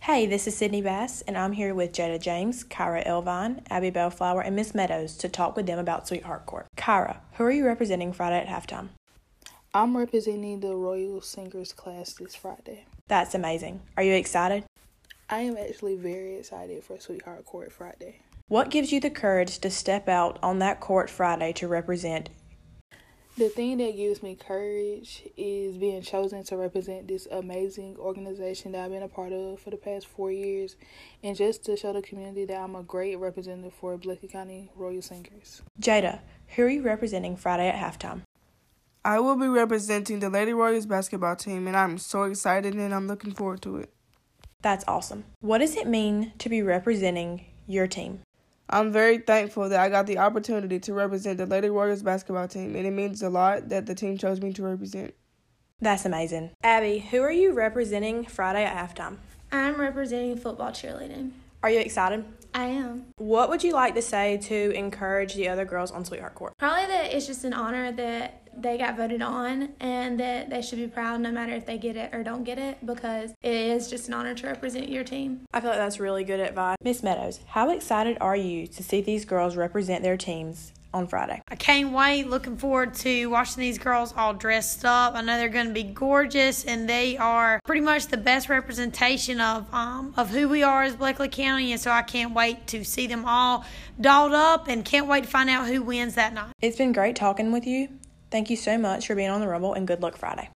Hey, this is Sydney Bass, and I'm here with Jada James, Kyra Elvine, Abby Bellflower, and Miss Meadows to talk with them about Sweetheart Court. Kyra, who are you representing Friday at halftime? I'm representing the Royal Singers class this Friday. That's amazing. Are you excited? I am actually very excited for Sweetheart Court Friday. What gives you the courage to step out on that court Friday to represent? The thing that gives me courage is being chosen to represent this amazing organization that I've been a part of for the past four years and just to show the community that I'm a great representative for Blicky County Royal Singers. Jada, who are you representing Friday at halftime? I will be representing the Lady Royals basketball team, and I'm so excited and I'm looking forward to it. That's awesome. What does it mean to be representing your team? I'm very thankful that I got the opportunity to represent the Lady Royals basketball team, and it means a lot that the team chose me to represent. That's amazing. Abby, who are you representing Friday at halftime? I'm representing football cheerleading. Are you excited? I am. What would you like to say to encourage the other girls on Sweetheart Court? Probably that it's just an honor that they got voted on and that they should be proud no matter if they get it or don't get it because it is just an honor to represent your team. I feel like that's really good advice. Miss Meadows, how excited are you to see these girls represent their teams on Friday? I can't wait. Looking forward to watching these girls all dressed up. I know they're going to be gorgeous, and they are pretty much the best representation of um, of who we are as Blakely County. And so I can't wait to see them all dolled up, and can't wait to find out who wins that night. It's been great talking with you. Thank you so much for being on the Rumble, and good luck Friday.